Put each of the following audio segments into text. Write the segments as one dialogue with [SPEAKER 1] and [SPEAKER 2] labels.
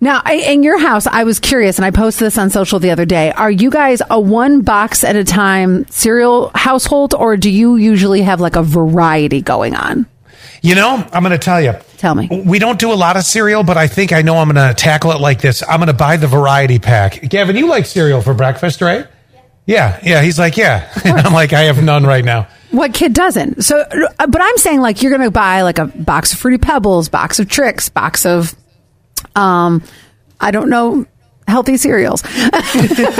[SPEAKER 1] Now, I, in your house, I was curious, and I posted this on social the other day. Are you guys a one box at a time cereal household, or do you usually have like a variety going on?
[SPEAKER 2] You know, I'm going to tell you.
[SPEAKER 1] Tell me.
[SPEAKER 2] We don't do a lot of cereal, but I think I know I'm going to tackle it like this. I'm going to buy the variety pack. Gavin, you like cereal for breakfast, right? Yeah, yeah. He's like, yeah. And I'm like, I have none right now.
[SPEAKER 1] What kid doesn't? So, uh, but I'm saying like you're going to buy like a box of Fruity Pebbles, box of Tricks, box of, um, I don't know, healthy cereals,
[SPEAKER 2] Cocoa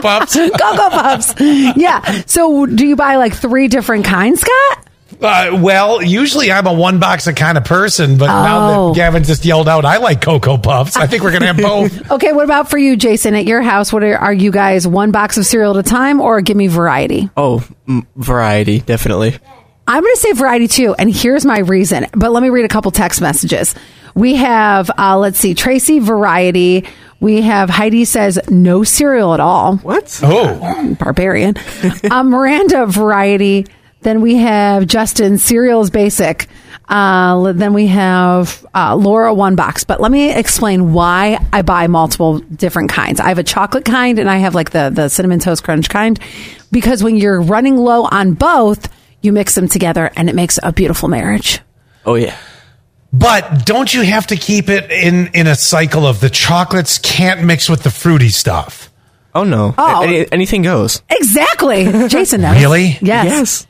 [SPEAKER 2] Puffs.
[SPEAKER 1] Cocoa Puffs. Yeah. So, do you buy like three different kinds, Scott?
[SPEAKER 2] Uh, well, usually I'm a one boxer kind of person, but now
[SPEAKER 1] Oh.
[SPEAKER 2] that Gavin just yelled out, I like Cocoa Puffs. I think we're going to have both.
[SPEAKER 1] Okay, what about for you, Jason? At your house, what are, are you guys one box of cereal at a time, or give me variety?
[SPEAKER 3] Oh, m- variety, definitely.
[SPEAKER 1] I'm going to say variety too, and here's my reason. But let me read a couple text messages. We have, uh, let's see, Tracy variety. We have Heidi says no cereal at all.
[SPEAKER 3] What?
[SPEAKER 2] Oh,
[SPEAKER 1] Barbarian. uh, Miranda variety. Then we have Justin cereals basic. Uh, l- then we have uh, Laura one box. But let me explain why I buy multiple different kinds. I have a chocolate kind and I have like the the cinnamon toast crunch kind because when you're running low on both, you mix them together and it makes a beautiful marriage.
[SPEAKER 3] Oh yeah.
[SPEAKER 2] but don't you have to keep it in in a cycle of the chocolates can't mix with the fruity stuff?
[SPEAKER 3] Oh no.
[SPEAKER 1] Oh.
[SPEAKER 3] Any- anything goes.
[SPEAKER 1] Exactly, Jason. Knows.
[SPEAKER 2] Really?
[SPEAKER 1] Yes.
[SPEAKER 3] Yes.